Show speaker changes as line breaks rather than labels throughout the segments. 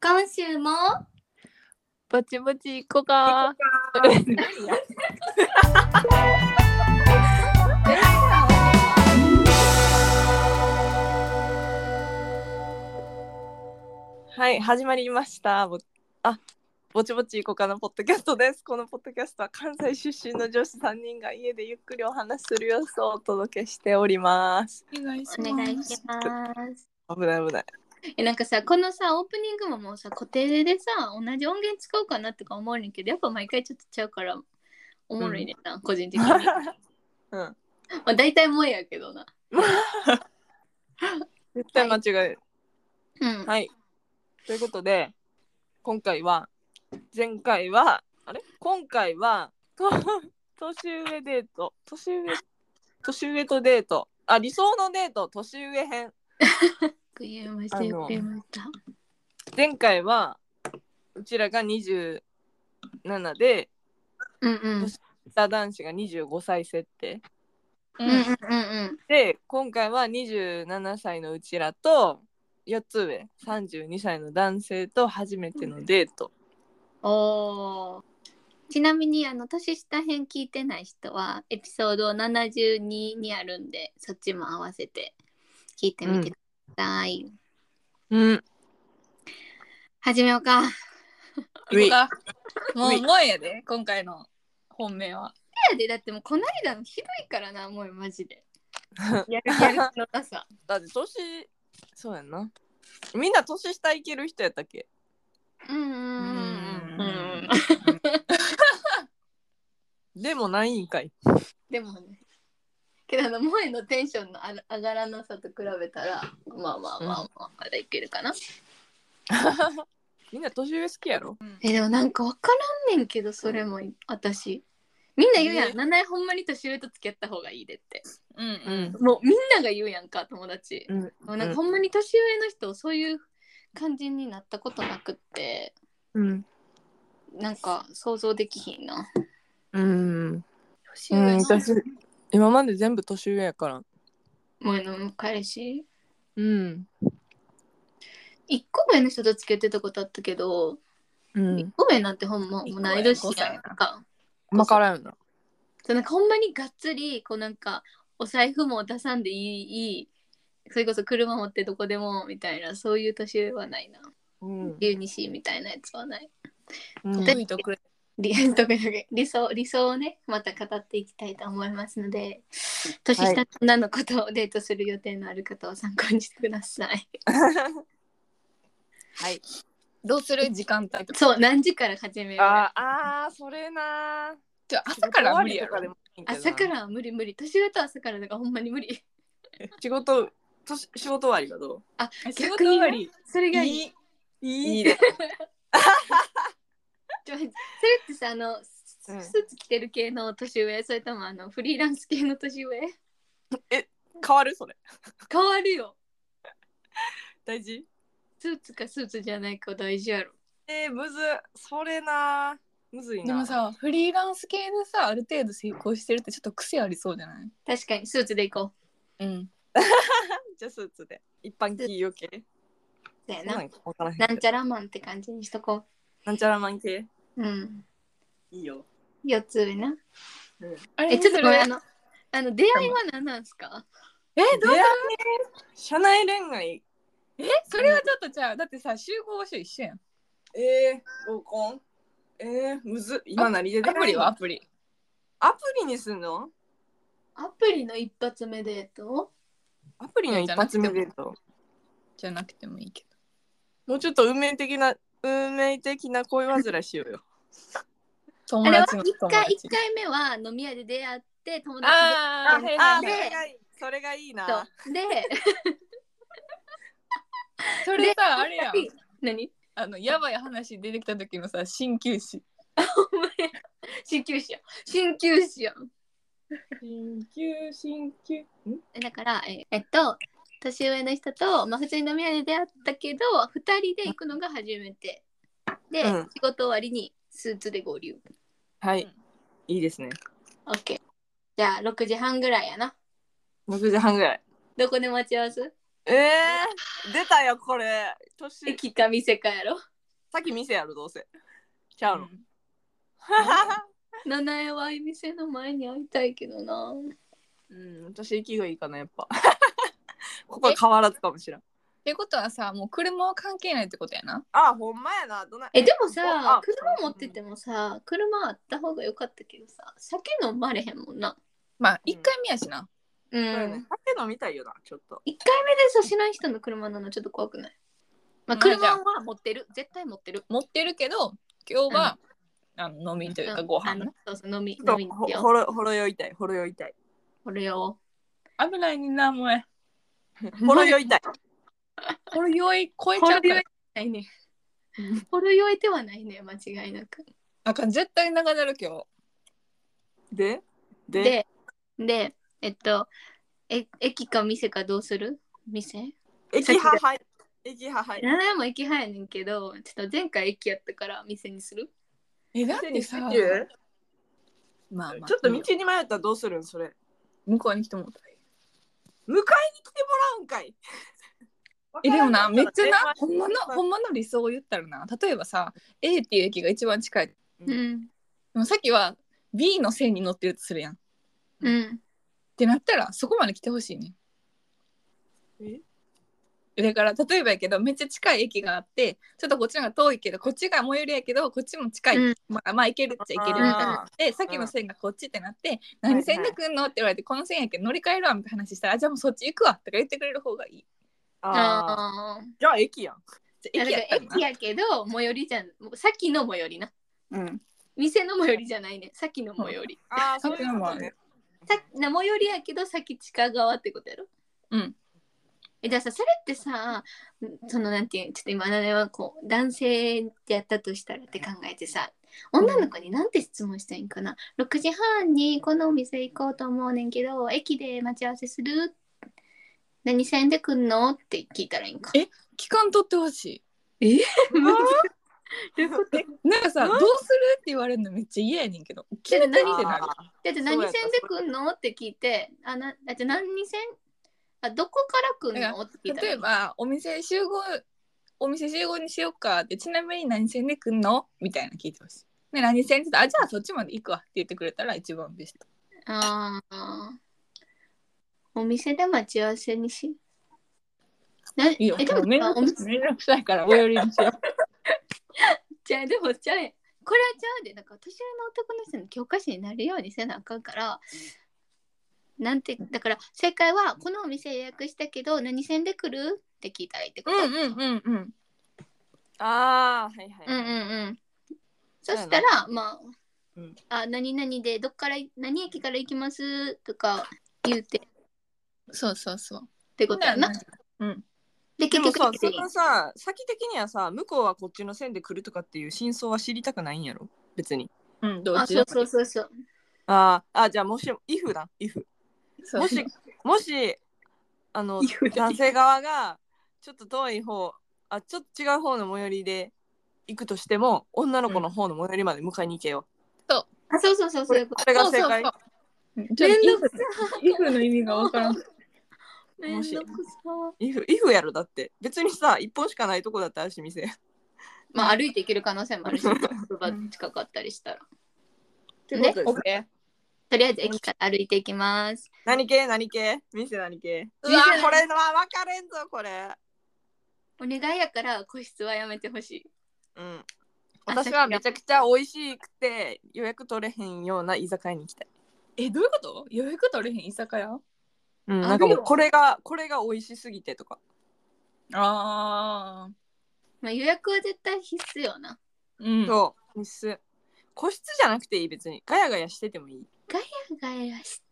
今週も
ぼちぼち行こう か。はい、始まりました。ぼあ、ぼちぼち行こうかなポッドキャストです。このポッドキャストは関西出身の女子3人が家でゆっくりお話しする様子をお届けしております。
お願いし
お願いし
ます。
ます。
危ない危 ない。
えなんかさこのさオープニングももうさ固定でさ同じ音源使おうかなとか思うねんけどやっぱ毎回ちょっとちゃうからおもろいねんな、個人的 にま
うん。
あ大体もえやけどな
絶対間違える。
うん、
はい。ということで、今回は、前回は、あれ今回は、 と年上デート、年上、年上とデート、あ、理想のデート、年上編。
言えまし
あ
た
の
よく言えました
前回は、うちらが27で、
うんうん
北男子が25歳設定。
うんうんうん
で、今回は27歳のうちらと、4つ上、32歳の男性と初めてのデート。
うんおーちなみにあの年下編聞いてない人はエピソード72にあるんでそっちも合わせて聞いてみてください、
うん。
始めようか
うい
行こうかもう、もえやで、今回の本命は。
やでだってもうこないだのひどいからなもうマジで やる
やる
気のなさ
だって年そうやんなみんな年下いける人やったっけ
うんうん
う
うんうん
でもないんかい
でもねけどあの萌えのテンションのあら上がらなさと比べたらまあまあまあまあまだいけるかな、
みんな年上好きやろ
えでもなんか分からんねんけどそれも私みんな言うやん、
ね
七重ほんまに年上と付き合った方がいいでって
うんうん
もうみんなが言うやんか友達、
うん
もうなんかほんまに年上の人そういう感じになったことなくって
うん
なんか想像できひんな
うん、
年上の
私今まで全部年上やから
萌えの彼氏
うん
一個上の人と付き合ってたことあったけど、
うん
一個上なんてほんま同い年やんか。
今からやな
そうなんかほんまにがっつり、こうなんか、お財布も出さんでいい、いいそれこそ車持ってどこでもみたいな、そういう年上はないな。
うん
龍西みたいなやつはない。
うん
得意とくれ。
理特に理想理想をね、また語っていきたいと思いますので、年下の女の子とデートする予定のある方を参考にしてください。
はい
どうする時間帯とか。
そう、何時から始める
ああーそれな
ちょ朝からは無理や
終わりとかでも
ろ。
いいけどな
朝からは無理無理。年上と朝からだからほんまに無理。
仕事年仕事終わりがど
あ、
仕事
逆に
終
な
わり。
それ
う
がいい。
いいいい
ね。
ちょそれってさ、あの、ス
うん
スーツ着てる系の年上、それともあのフリーランス系の年上
変わるそれ
変わるよ。
大事
スーツかスーツじゃないか大事やろ。
えー、むずそれなむずいな
でもさ、フリーランス系でさ、ある程度成功してるってちょっと癖ありそうじゃない
確かにスーツで行こ
うん。
じゃあスーツで一般企業系
う。だよ
な
な。
んかわからへんけ
な
ど
んちゃらマンって感じにしとこ
なんちゃらマン系
う。うん。
いいよ。
四つ上な。
あれ
え、ちょっとご
どう
めん、
す
あ
る
の、あの出会いは何なんすか
え、どう
出会い社内恋愛、
え、それはちょっとじゃあ、だってさ、集合場所一緒やん。
えー、合コン、えー、むずっ、今何で出
アプ
会い
リはアプリ。
アプリにすんの
アプリの一発目デート
アプリの一発目デート。
じゃなくてもいいけ
もうちょっと運命的な、運命的な恋煩いしようよ。
ど。
あ
友
れは
達の
一
友
回
達。
一回目は飲み屋で出会って友達で
あー
あーそ
あ、
で
れがいい。それがいいな。
そうで、
それさ、あれやん。
何
あの、やばい話出てきた時のさ、鍼灸師。
お前、鍼灸師やん。鍼灸師やん。
進級、進級。ん
えだから、ええっと、年上の人と、まあ、普通に飲み屋で出会ったけど、2人で行くのが初めて。で、
うん
仕事終わりにスーツで合流。
はい、いいですね。
OK。じゃあ、6時半ぐらいやな。
6時半ぐらい。
どこで待ち合わす
えー、出たよ、これ。年、
駅か店かやろ。
さっき店やるどうせちゃうの、
七重は店の前に会いたいけどな。
うん、私息がいいかなやっぱ ここは変わらずかもしれん
ってことはさもう車は関係ないってことやな
あほんまやなどない
え、でもさ
あ、
車持っててもさ、車あった方が良かったけどさ、酒飲まれへんもんな。
まあ1回目やしな、
う。
そうんやね酒飲みたいよなちょっと
1回目でさしない人の車なのちょっと怖くないまあ、
まあじゃあ
車は持ってる。絶対持ってる。
持ってるけど今日は、あの飲みというかご飯
あ
な
のそうそう、飲み、
ちょ
飲
っ
みに
とほ
行く
ほ
よ。
ろほろ酔いたいほろ酔いたい
これを。
危ないになもう
ほろ酔いたい
これ酔い超えち
ほ
ゃ
ろ
うか
酔
ら
いないね。ほろ酔いではないね、間違いなく。
あかん絶対長なる今日
でで
で、で、えっと、え駅か店かどうする店
駅派はい駅派はい
七重も駅派やねんけど、ちょっと前回駅やったから店にする
えだっ
店
て
にす
さ
る
まあまあ
ちょっと道に迷ったらどうするんそれ
向こうに来てもらったらいい
迎えに来てもらうんかい
えでもなめっちゃなほんま
物
のほんまの理想を言ったらな例えばさ A っていう駅が一番近いで
うん。
もさっきは B の線に乗ってるとするやんっ
うん。
てなったらそこまで来てほしいねだから例えばやけどめっちゃ近い駅があってちょっとこっちの方が遠いけどこっちが最寄りやけどこっちも近い、
うん
まあまあ行けるっちゃ行けるみたいなでさっきの線がこっちってなって、何線で来んのって言われてこの線やけど乗り換えるわみたいな話したらあじゃあもうそっち行くわとか言ってくれる方がいい
あー
ああー。
じゃあ駅やん
じ
い
ゃあ
やだ
駅
か
や
ら
っ
駅
たらな
やけど、最寄りじゃん。さっきの最寄りな。
うん
店の最寄りじゃないね。さっきの最寄り。
ああ
そ
そうう
い
いうう
のも
こ
あ
と
る
ね
さな最寄りやけど、さっき近側ってことやろ
うん
えじゃあさそれってさそのなんていうちょっと今あなたはこう男性でやったとしたらって考えてさ女の子になんて質問したいんかな、6時半にこのお店行こうと思うねんけど駅で待ち合わせする何線で来んのって聞いたらい いんか
え期間取ってほしいなんかさ、
うん
どうするって言われるのめっちゃ嫌やねんけど決めたりってなる
あ
だって何線で来んのって聞いてあなだって何線あどこから来んのって聞いたら
例
い
え
い
ばお店集合お店集合にしようかってちなみに何線で来んのみたいなの聞いてほしいで何線って言ったらあじゃあそっちまで行くわって言ってくれたら一番ベスト
ああ。お店で待ち合わせにし。なえ
いいよ
で
もう面
も
倒
お
くさ
店
い面倒くさいから最寄りにしよう
じゃあでもじゃあこれはちゃうでなんか年上の男の人の教科書になるようにせなあかんから。なんてだから正解はこのお店予約したけど何線で来るって聞いたらいいってこ
う
と。
んうんうんうん
あーはいは
うん
い、
うん
い
うん。そしたら、まあ、
うん
あ、何々で、どっから、何駅から行きますとか言うてっ
そうそうそう
てことやな。
うん
で、
で
結
も
局
さ
来て
そ
いい
のさ先的にはさ向こうはこっちの線で来るとかっていう真相は知りたくないんやろ別に
うんど
あ、
っち
そう
でも
そうそうそう。
あーあじゃあもし if だ if
そう
もしもしあの男性側がちょっと遠い方あちょっと違う方の最寄りで行くとしても女の子の方の最寄りまで迎えに行けよ、
あ、そうそうそう、そういうこ。
ことれが正解
そうそうそうちょ
めんど
っとイフイフの意味がわからん
めんどくさー
if, if やろだって別にさ一本しかないとこだってあるし店っ
まあ、歩いて行ける可能性もあるし、職場近かったりしたら。
てことです
オッケ
とりあえず駅から歩いていきます。
何系何系店何系
うわ
店これは分かれんぞこれ
お願いやから個室はやめてほしい。
うん
あ
私はめちゃくちゃ美味しくて予約取れへんような居酒屋に行きたい、
ーえどういうこと予約取れへん居酒屋
うん、
あ
なんかも
る
う
よ
これがこれが美味しすぎてとか
ああ
まあ、予約は絶対必須よな。
うん
そう必須個室じゃなくていい別にガヤガヤしててもいい
ガヤガヤし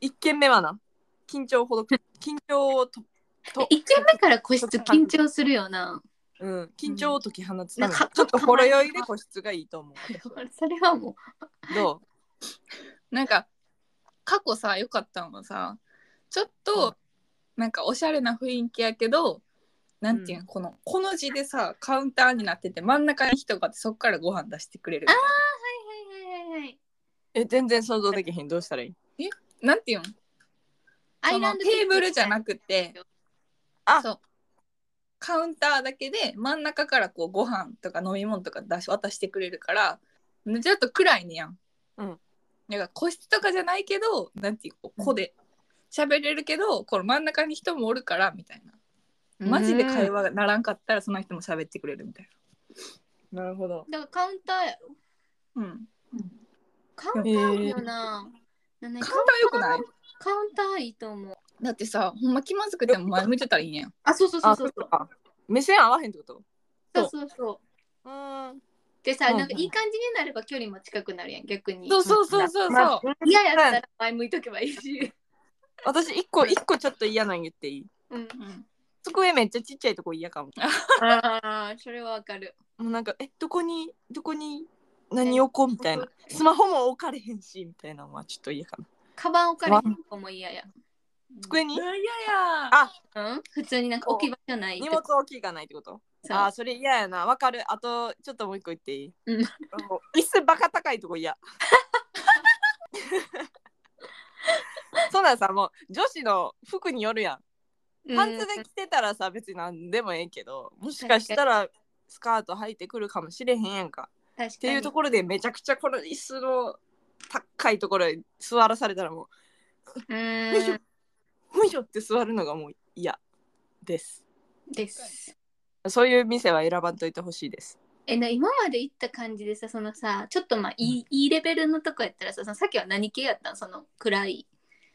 一軒目はな緊張ほど 緊張をと、
え一軒目から個室緊張するよな。
うん、緊張を解き放つために、
なんか
ちょっとほろ酔いで個室がいい と思う
それはもう。
ど
なんか過去さ良かったのはさちょっと、なんかおしゃれな雰囲気やけどなんていうの、このこの字でさカウンターになってて真ん中に人があってそっからご飯出してくれるみたい
はいはいはいはい。
うえ全然想像できへんどうしたらいい
ななんていうの
ア
そ
イラ
の
ン
テ
ド
ーブルじゃなくて
あ
そうカウンターだけで真ん中からこうご飯とか飲み物とか出し渡してくれるからちょっと暗いねやん。
うん、
なんか個室とかじゃないけどなんていうこう個で喋れるけどこの真ん中に人もおるからみたいなマジで会話がならんかったらその人も喋ってくれるみたい
なるほど。
だからカウンターやろ
な。うん、
カウンターいいよな、なんだね
カウンターよくない
カウンターいいと思う
だってさほんま気まずくても前向いてたらいいねん。
あそうそうそうそう
あっか目線合わへんってこと
そうそうそう
うーん。
でさ、
うんうん
なんかいい感じになれば距離も近くなるやん逆に
そうそうそうそう
ま
そ
あ
う。
嫌やったら前向いとけばいいし
私一個一個ちょっと嫌なん言っていい
うん
うん、
机めっちゃちっちゃいとこ嫌かも。
ああそれはわかる
もうなんかえどこにどこに何置こうみたいなスマホも置かれへんしみたいなのはちょっと嫌かな。
カバン置かれへんのも嫌や
机に
いやいや
あ
うん普通になんか置き場じゃない
荷物置きがないってことああーそれ嫌やなわかるあとちょっともう一個言っていい、
うん
もう椅子バカ高いとこ嫌そうなんさもう女子の服によるやんパンツで着てたらさ別に何でもええけどもしかしたらスカート履いてくるかもしれへんやんか
っ
っていうところでめちゃくちゃこの椅子の高いところに座らされたらも
う
うよいし
ん
ょよいしょって座るのがもう嫌です
です
そういう店は選ばんといてほしいです
えな今まで行った感じでさそのさちょっとまあいい,、いいレベルのとこやったらさそのさっきは何系やったんその暗い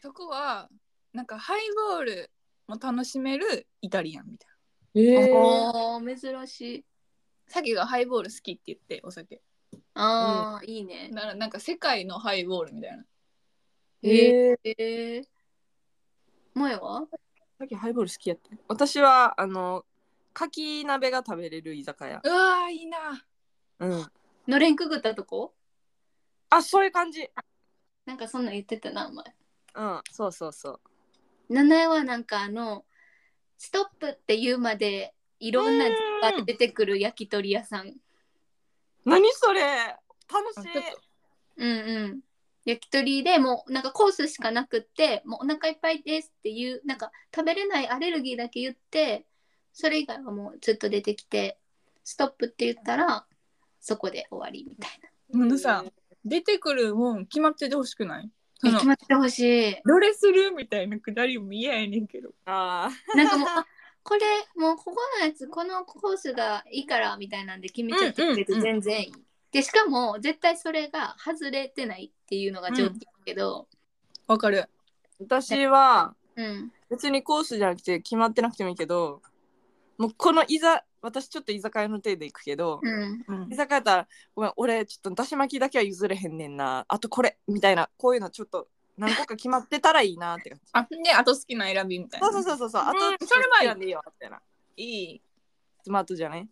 そこはなんかハイボールも楽しめるイタリアンみたい
え
おー珍しい
なさっきがハイボール好きって言ってお酒
あー、いいね
だからなんか世界のハイボールみたいな
へえー、萌えは
さっきハイボール好きやって私はあのかき鍋が食べれる居酒屋
うわーいいな
うん
のれんくぐったとこ
あそういう感じ
なんかそんなん言ってたなお前
うんそうそうそう
七重はなんかあのストップって言うまでいろんな字が出てくる焼き鳥屋さん
何それ楽しい
あちょっ
うんうん焼き鳥でもうなんかコースしかなくってもうお腹いっぱいですっていうなんか食べれないアレルギーだけ言ってそれ以外はもうずっと出てきてストップって言ったらそこで終わりみたい
あのさ出てくるもん決まっててほしくないそ
な
の
決まってほしい
どれするみたいなくだりも嫌やねんけど
あ
なんかもうあこれもうここのやつこのコースがいいからみたいなんで決めちゃってくれて
うんうんう
全然いい、でしかも絶対それが外れてないっていうのが条件だけど
わかる
ー私は
うん、
別にコースじゃなくて決まってなくてもいいけどもうこのいざ私ちょっと居酒屋の手で行くけど、
うん、
うん
居酒屋やったら「ごめん俺ちょっとだし巻きだけは譲れへんねんなあとこれ」みたいなこういうのちょっと何個か決まってたらいいなって感 じ
あであと好きな選びみたいな
そうそうそうそうそうあ
うん
と
それはいい
選んでいいよみたいない
い
スマートじゃない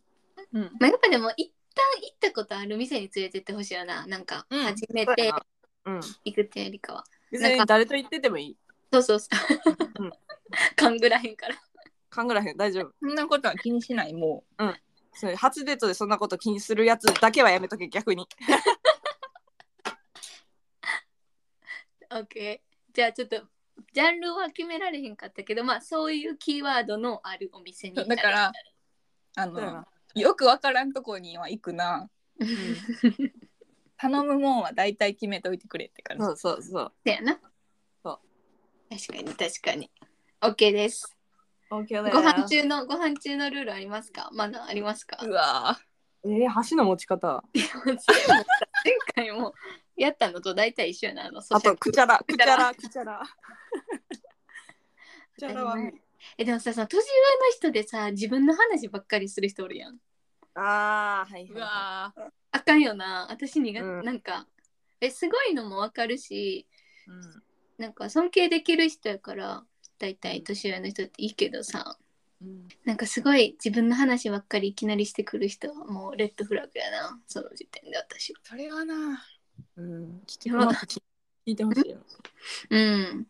うん
まあ、やっぱでも一旦行ったことある店に連れてってほしいよななんか
うん
初めて
うん、
行くってよりかは、
別
なんか
に誰と行っててもいい。
そうそうそう、
うん
勘ぐらへんから
勘ぐらへん、大丈夫。
そんなことは気にしないも
それ初デートでそんなこと気にするやつだけはやめとけ、逆に。
OK じゃあちょっとジャンルは決められへんかったけどまあそういうキーワードのあるお店に行
う
ったら
だからあ
そうや
の
な
よくわからんとこには行くな
うん
頼むもんは大体決めておいてくれって感じ
そうそうそう。
だよな。。
そう
確かに確かに。OK です。
OK
ご飯中のご飯中のルールありますか？まだありますか？
うわ
えー、箸の持ち方。
前回もやったのと大体一緒やなあの。
あと、くちゃら、く
く
ち
ち
ゃ
ゃ
ら、
ら
くちゃら。くち
当た
ゃ
り
らは
前。えでもさその年上の人でさ自分の話ばっかりする人おるやん。
あー、はい、は
ーう
いは
わー
あかんよな。私にが、
うん
なんかえすごいのもわかるし、
い。うん
なんか尊敬できる人やから大体年上の人っていいけどさ、
うん
なんかすごい自分の話ばっかりいきなりしてくる人はもうレッドフラグやなその時点で私
それはな
うん。ちょっとうまく聞いてほしいよ。
うん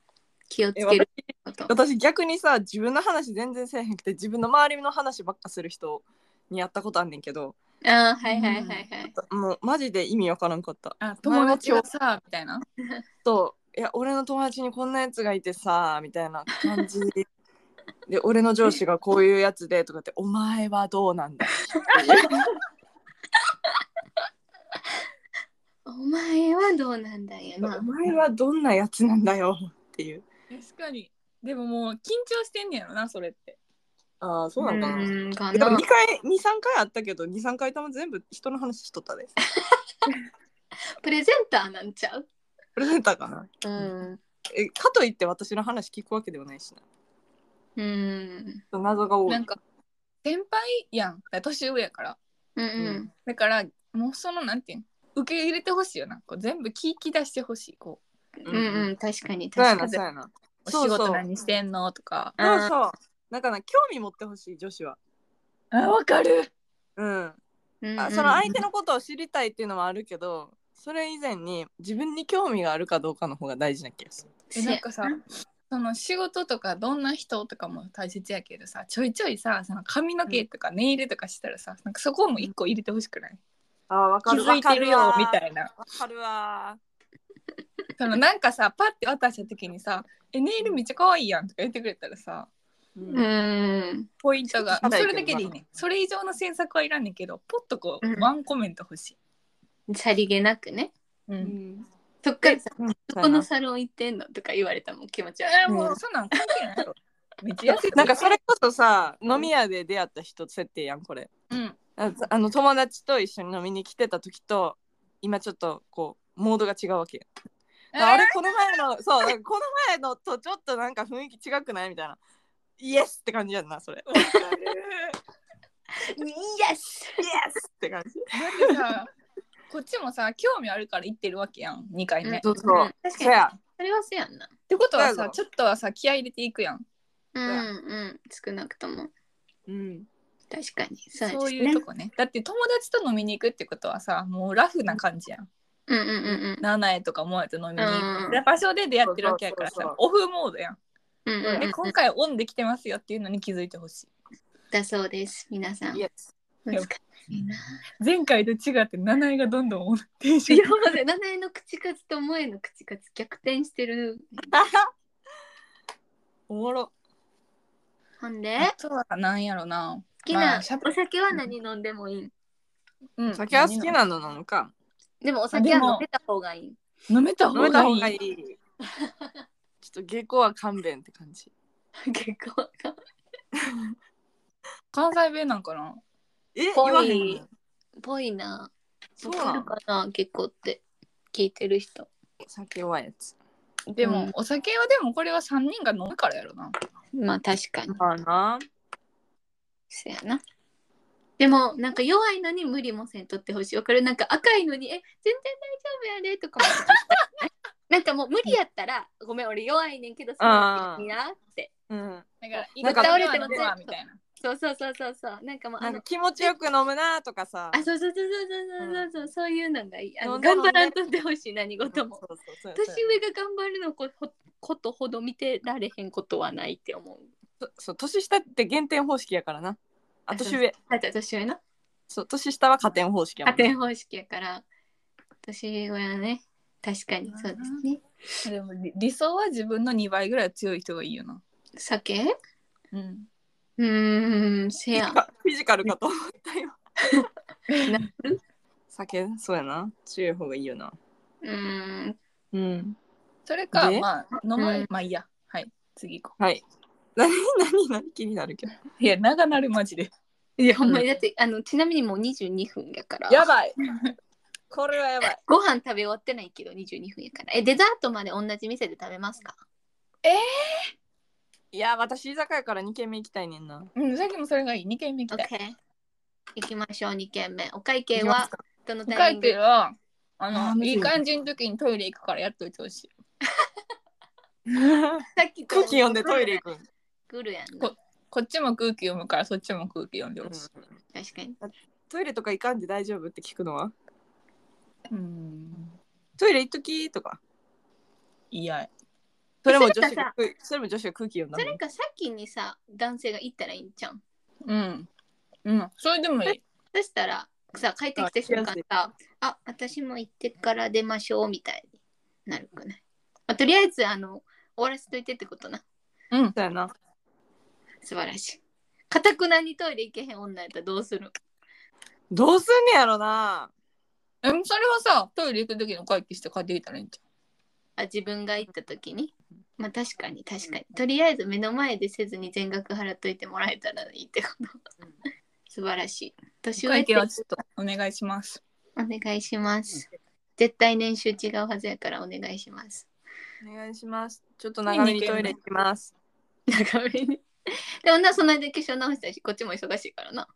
気をつけ
え私
ること
私逆にさ自分の話全然せえへんくて自分の周りの話ばっかする人にやったことあんねんけど
ああはいはいはいはい、
もうマジで意味わからんかった
あ友達がさみたいな
といや俺の友達にこんなやつがいてさみたいな感じ で俺の上司がこういうやつでとかって「お前はどうなんだ」
お前はどうなんだよな
お。前はどんなやつなんだよ」っていう
確かにでももう緊張してんねやろなそれって
ああそううなんだな、
ーんか
でも
な
2。回23回あったけど23回とも全部人の話しとったで
プレゼンターなんちゃう。
プレゼンターかな
うん。
えかといって私の話聞くわけではないし
うん。
な謎が多
なん
い
か先輩やん年上やから
うん
うん
だからもうそのなんていうん受け入れてほしいよなこう全部聞き出してほしいこ
うん。うんうん。確かに
そうや
確かに。
なそうやな
うお
そう
仕
そう
事何してんのとか
あ
そ
ー
うそうなんかな興味持ってほしい女子は
あわかる
うん
うんうん
あその相手のことを知りたいっていうのもあるけどそれ以前に自分に興味があるかどうかの方が大事な気がする
えなんかさその仕事とかどんな人とかも大切やけどさちょいちょいさその髪の毛とかネイルとかしたらさ、なんかそこも一個入れてほしくない
あわ
気づいてるよみたいな
わかるわ
そのなんかさパッて渡した時にさ「えネイルめっちゃ可愛いやん」とか言ってくれたらさ
うん
うん。
ポイントが
うん
もうそれだけでいいねそれ以上の詮索はいらんねんけどポッとこう、
うん
ワンコメント欲しい、
さりげなくね。
う、
うんん
そっからさ、
うん
どこのサロン行ってんのとか言われたもん気持ち悪い。
えーもうそんなん関係ないやろめっちゃ安い
なんかそれこそさ飲み屋で出会った人設定やんこれ
うん
ああの友達と一緒に飲みに来てた時と今ちょっとこうモードが違うわけ
え
あれ
ー
この前のそうなんかこの前のとちょっとなんか雰囲気違くないみたいなイエスって感じやんなそ れ
イエス。
イエスって感じ
なんかさこっちもさ興味あるから行ってるわけやん2回目、
うん
っ
そうそうん
確
そ
か
や
に。それはそうやんな。
てことは
そうや
さ
ぞ
ちょっとはさ気合い入れていくやん
うん
や
うん。少なくとも。
うん
確かに。そ
そう
ですね。
ういうとこねだって友達と飲みに行くってことはさもうラフな感じやん
うんうんうん
ナナエとかモアと飲みに行
うん
く、場所で出会ってるわけやから
そうそ
さ
う
オフモードやん
うん。うんうんう
で
ん、
今回オンできてますよっていうのに気づいてほしい
だそうです。皆さん
イ。エス
難しいな。
前回と違ってナナエがどんどんテ ンション
今まで七重の口数と萌えの口数逆転してる。
おもろ
ほんで、
あとはなんやろな
好き
ま
な
あしゃべ
お酒は何飲んでもいい。
うん
酒は好きなのなのか
でもお酒
あ
は
でも
飲めた方がいい。
飲めた
飲め
方
た
が
方が
い
い
い
いち ょっと下校は勘弁って感じ
結構。
関西弁なんかな
え言
ぽい
わへんの
ぽいな。
そうな
る
の
かな結構って聞いてる人。
酒はやつ
でも、
うん
お酒はでもこれは3人が飲むからやろな
まあ確かに。
まあな
そやな。でもなんか弱いのに無理もせんとってほしい。わかるなんか赤いのにえ全然大丈夫やでとかも。なんかもう無理やったらごめん俺弱いねんけどそれ
あー
いいなって。
うん
だから
なんか
倒れても全みたいな
そうそうそうそうそう。なんかもう
な
あ
んか
の
気持ちよく飲むなとかさ
あそうそうそうそうそうそうそうそう、そういうのがいい。あ
飲
の
んだ
頑
の
張
ね
らんとってほしい何事も。
そうそうそうそう
年上が頑張るのこほことほど見てられへんことはないって思う。
そそう年下って減点方式やからなあ年上
だって年上の
そう年下は加点方式やも
加
んね、
点方式やから年上はね確かにそうですね。
でも理理想は自分の2倍ぐらい強い人がいいよな
酒
うん
うーんせやん。
フィジカルかと思ったよ
な
酒そうやな強い方がいいよな
うーん
うん
それか
で
まあ飲ま
うん
まあいいやはい次行こ
はい何 何何気になるけど
ういや長なるマジで
いやほんまにだってあのちなみにもう22分やから
やばいこれはやばい
ご飯食べ終わってないけど22分やからえデザートまで同じ店で食べますか
いや私居酒屋から2軒目行きたいねんな
うんさっきもそれがいい2軒目行きたい
?OK 行きましょう2軒目お会
行
計
きま
は
す か
どの
お
タイミ
会
ン
計
グ
は
あ
あ
ー
の
むずい
いい感じの時にトイレ行くからやっといてほしい
さっき
空気読んでトイレ行くん、
来るやんな
こっちも空気読むからそっちも空気読んで
う
ほ
ん
しい
確かに
トイレとか行かんで大丈夫って聞くのは
うん
トイレ行っときとか
嫌や
それも女
そ
子
れか
が
さ
空それも女子が空気読んだ
そ
もん
れか先にさ男性が行ったらいいんじゃん
うんうんそれでもいい
そしたらさ帰ってきて瞬間さあ私も行ってから出ましょうみたいになるくない、まあ、とりあえずあの終わらせといてってことな
うん
そうやな
素晴らしい。かたくなにトイレ行けへん女やったらどうする
どうすんねやろな
えそれはさトイレ行く時の会議して帰ってきたらいいんじ
あ自分が行った時に。まあ確かに確かに。とりあえず目の前でせずに全額払っといてもらえたらいいってこと。素晴らしい。
ゃ
年
ん
上っ
会
て
計はちょっとお願いします
お願いします。絶対年収違うはずやからお願いします。
お願いしますちょっと長めにトイレ行きます
長めに。でもな、その間化粧直したし、こっちも忙しいからな。